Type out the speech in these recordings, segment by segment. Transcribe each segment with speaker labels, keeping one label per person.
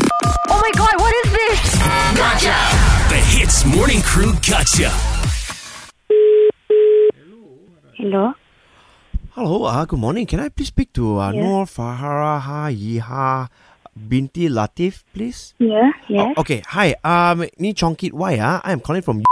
Speaker 1: Oh my god, what is this?
Speaker 2: The Hits Morning Crew Gotcha.
Speaker 3: Hello.
Speaker 4: Hello, uh, good morning. Can I please speak to uh, Nur Faharaha Yiha Binti Latif, please?
Speaker 3: Yeah. Ya, Yes.
Speaker 4: Oh, okay, hi. Um, ni Chongkit Wai. Uh, I am calling from.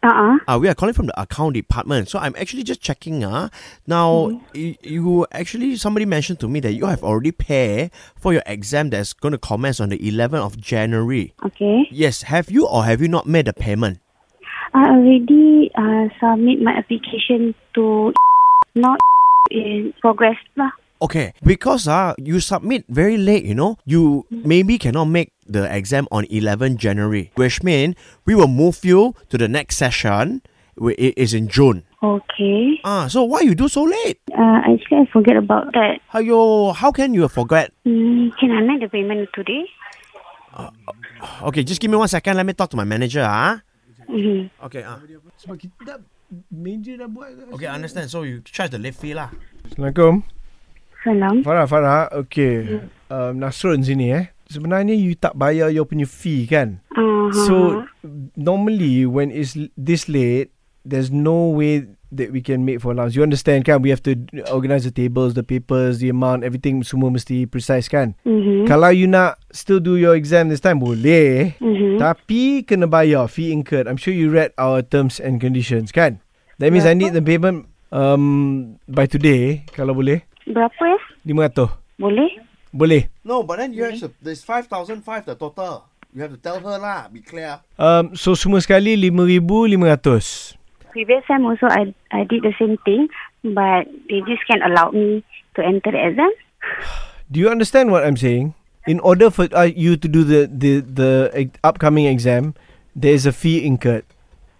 Speaker 3: Uh uh
Speaker 4: Uh, we are calling from the account department. So I'm actually just checking. Uh, now y- you actually somebody mentioned to me that you have already paid for your exam that's going to commence on the 11th of January.
Speaker 3: Okay.
Speaker 4: Yes, have you or have you not made the payment?
Speaker 3: I already uh, submit my application to not in progress lah.
Speaker 4: Okay, because uh, you submit very late, you know, you maybe cannot make the exam on 11 January, which means we will move you to the next session. whi- It is in June.
Speaker 3: Okay.
Speaker 4: Ah, so why you do so late?
Speaker 3: Uh, actually, I forget about that.
Speaker 4: How you, how can you forget?
Speaker 3: Mm, can I make the payment today?
Speaker 4: Okay, just give me one second. Let me talk to my manager. Ah,
Speaker 3: Mm-hmm.
Speaker 4: okay. Ah,
Speaker 5: Sebab kita dah Meja dah buat
Speaker 4: okay. I understand. So you charge the late fee lah.
Speaker 5: Assalamualaikum
Speaker 3: Salam.
Speaker 5: Farah Farah Okay um, Nasrun sini eh Sebenarnya you tak bayar you punya fee kan
Speaker 3: Uh-huh.
Speaker 5: So normally when it's l- this late There's no way that we can make for allowance You understand kan We have to organise the tables, the papers, the amount Everything semua mesti precise kan
Speaker 3: mm-hmm.
Speaker 5: Kalau you nak still do your exam this time Boleh
Speaker 3: Mm-hmm.
Speaker 5: Tapi kena bayar fee incurred. I'm sure you read our terms and conditions kan? That means I need the payment um by today kalau boleh.
Speaker 3: Berapa ya?
Speaker 5: 500.
Speaker 3: Boleh?
Speaker 5: Boleh.
Speaker 6: No, but then you have to, there's 5,005 the total. You have to tell her lah, be clear.
Speaker 5: Um so semua sekali 5500.
Speaker 3: Previous time also, I I did the same thing, but they just can't allow me to enter the exam.
Speaker 5: Do you understand what I'm saying? In order for uh, you to do the the the e- upcoming exam, there is a fee incurred.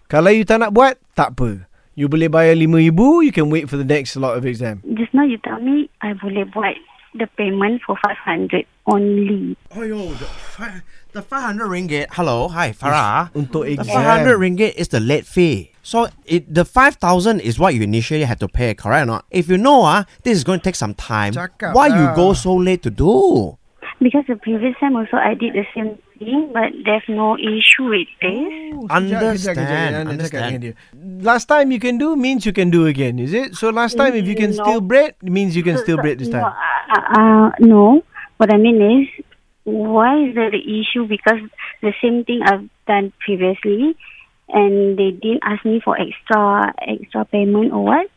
Speaker 5: Kalau you tak nak buat, tak apa. You boleh bayar 5000, you can wait for the next lot of exam.
Speaker 3: Just now you tell me I boleh buat the payment for 500 only.
Speaker 4: Oh yo, the, fi- the 500 ringgit. Hello, hi Farah.
Speaker 5: Untuk
Speaker 4: The 500
Speaker 5: exam.
Speaker 4: ringgit is the late fee. So it the 5,000 is what you initially had to pay, correct or not? If you know ah, this is going to take some time.
Speaker 5: Cakap
Speaker 4: why you
Speaker 5: lah.
Speaker 4: go so late to do?
Speaker 3: Because the previous time also I did the same thing, but there's no issue with this.
Speaker 5: Kejap, kejap, kejap.
Speaker 4: Understand,
Speaker 5: Jangan nak cakap
Speaker 4: understand.
Speaker 5: dengan dia. Last time you can do means you can do again, is it? So last time if you can
Speaker 3: No.
Speaker 5: still braid means you can still braid this
Speaker 3: No,
Speaker 5: time.
Speaker 3: uh, uh, uh, no. What I mean is, why is there the issue? Because the same thing I've done previously, and they didn't ask me for extra extra payment or what.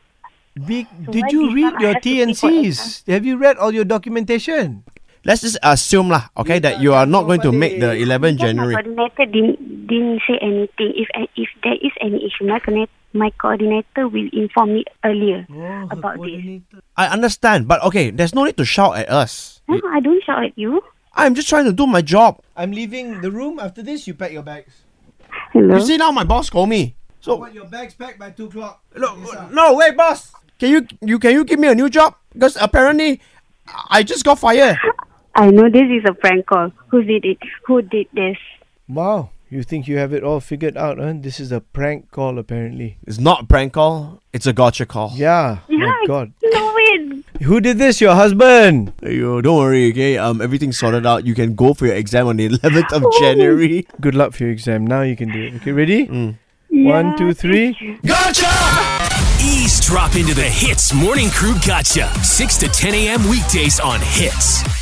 Speaker 5: Be-
Speaker 3: why
Speaker 5: did you
Speaker 3: this
Speaker 5: read
Speaker 3: time I
Speaker 5: your
Speaker 3: have to pay for
Speaker 5: T&Cs? Have you read all your documentation?
Speaker 4: Let's just assume lah, okay, that you are not going to make the 11
Speaker 3: Because my
Speaker 4: January.
Speaker 3: coordinator didn't didn't say anything. If uh, if there is any issue, my coordinator my coordinator will inform me earlier
Speaker 5: Oh.
Speaker 3: about this.
Speaker 4: I understand, but okay, there's no need to shout at us.
Speaker 3: No, I don't shout at you.
Speaker 4: I'm just trying to do my job.
Speaker 5: I'm leaving the room. After this, you pack your bags.
Speaker 3: Hello.
Speaker 4: You see now, my boss called me.
Speaker 5: So want your bags packed by two o'clock.
Speaker 4: No, no, wait, boss. Can you you can you give me a new job? Because apparently, I just got fired.
Speaker 3: I know this is a prank call. Who did it? Who did this?
Speaker 5: Wow, you think you have it all figured out, huh? This is a prank call, apparently.
Speaker 4: It's not a prank call. It's a gotcha call.
Speaker 5: Yeah. My
Speaker 3: I-
Speaker 5: Oh, God.
Speaker 3: No way.
Speaker 5: Who did this? Your husband.
Speaker 4: Yo, don't worry, okay? Um, everything's sorted out. You can go for your exam on the 11th of January.
Speaker 5: Good luck for your exam. Now you can do it. Okay, ready?
Speaker 3: Yeah,
Speaker 5: One, two, three.
Speaker 2: Ease drop into the Hits Morning Crew Gotcha. 6 to 10 a.m. weekdays on Hits.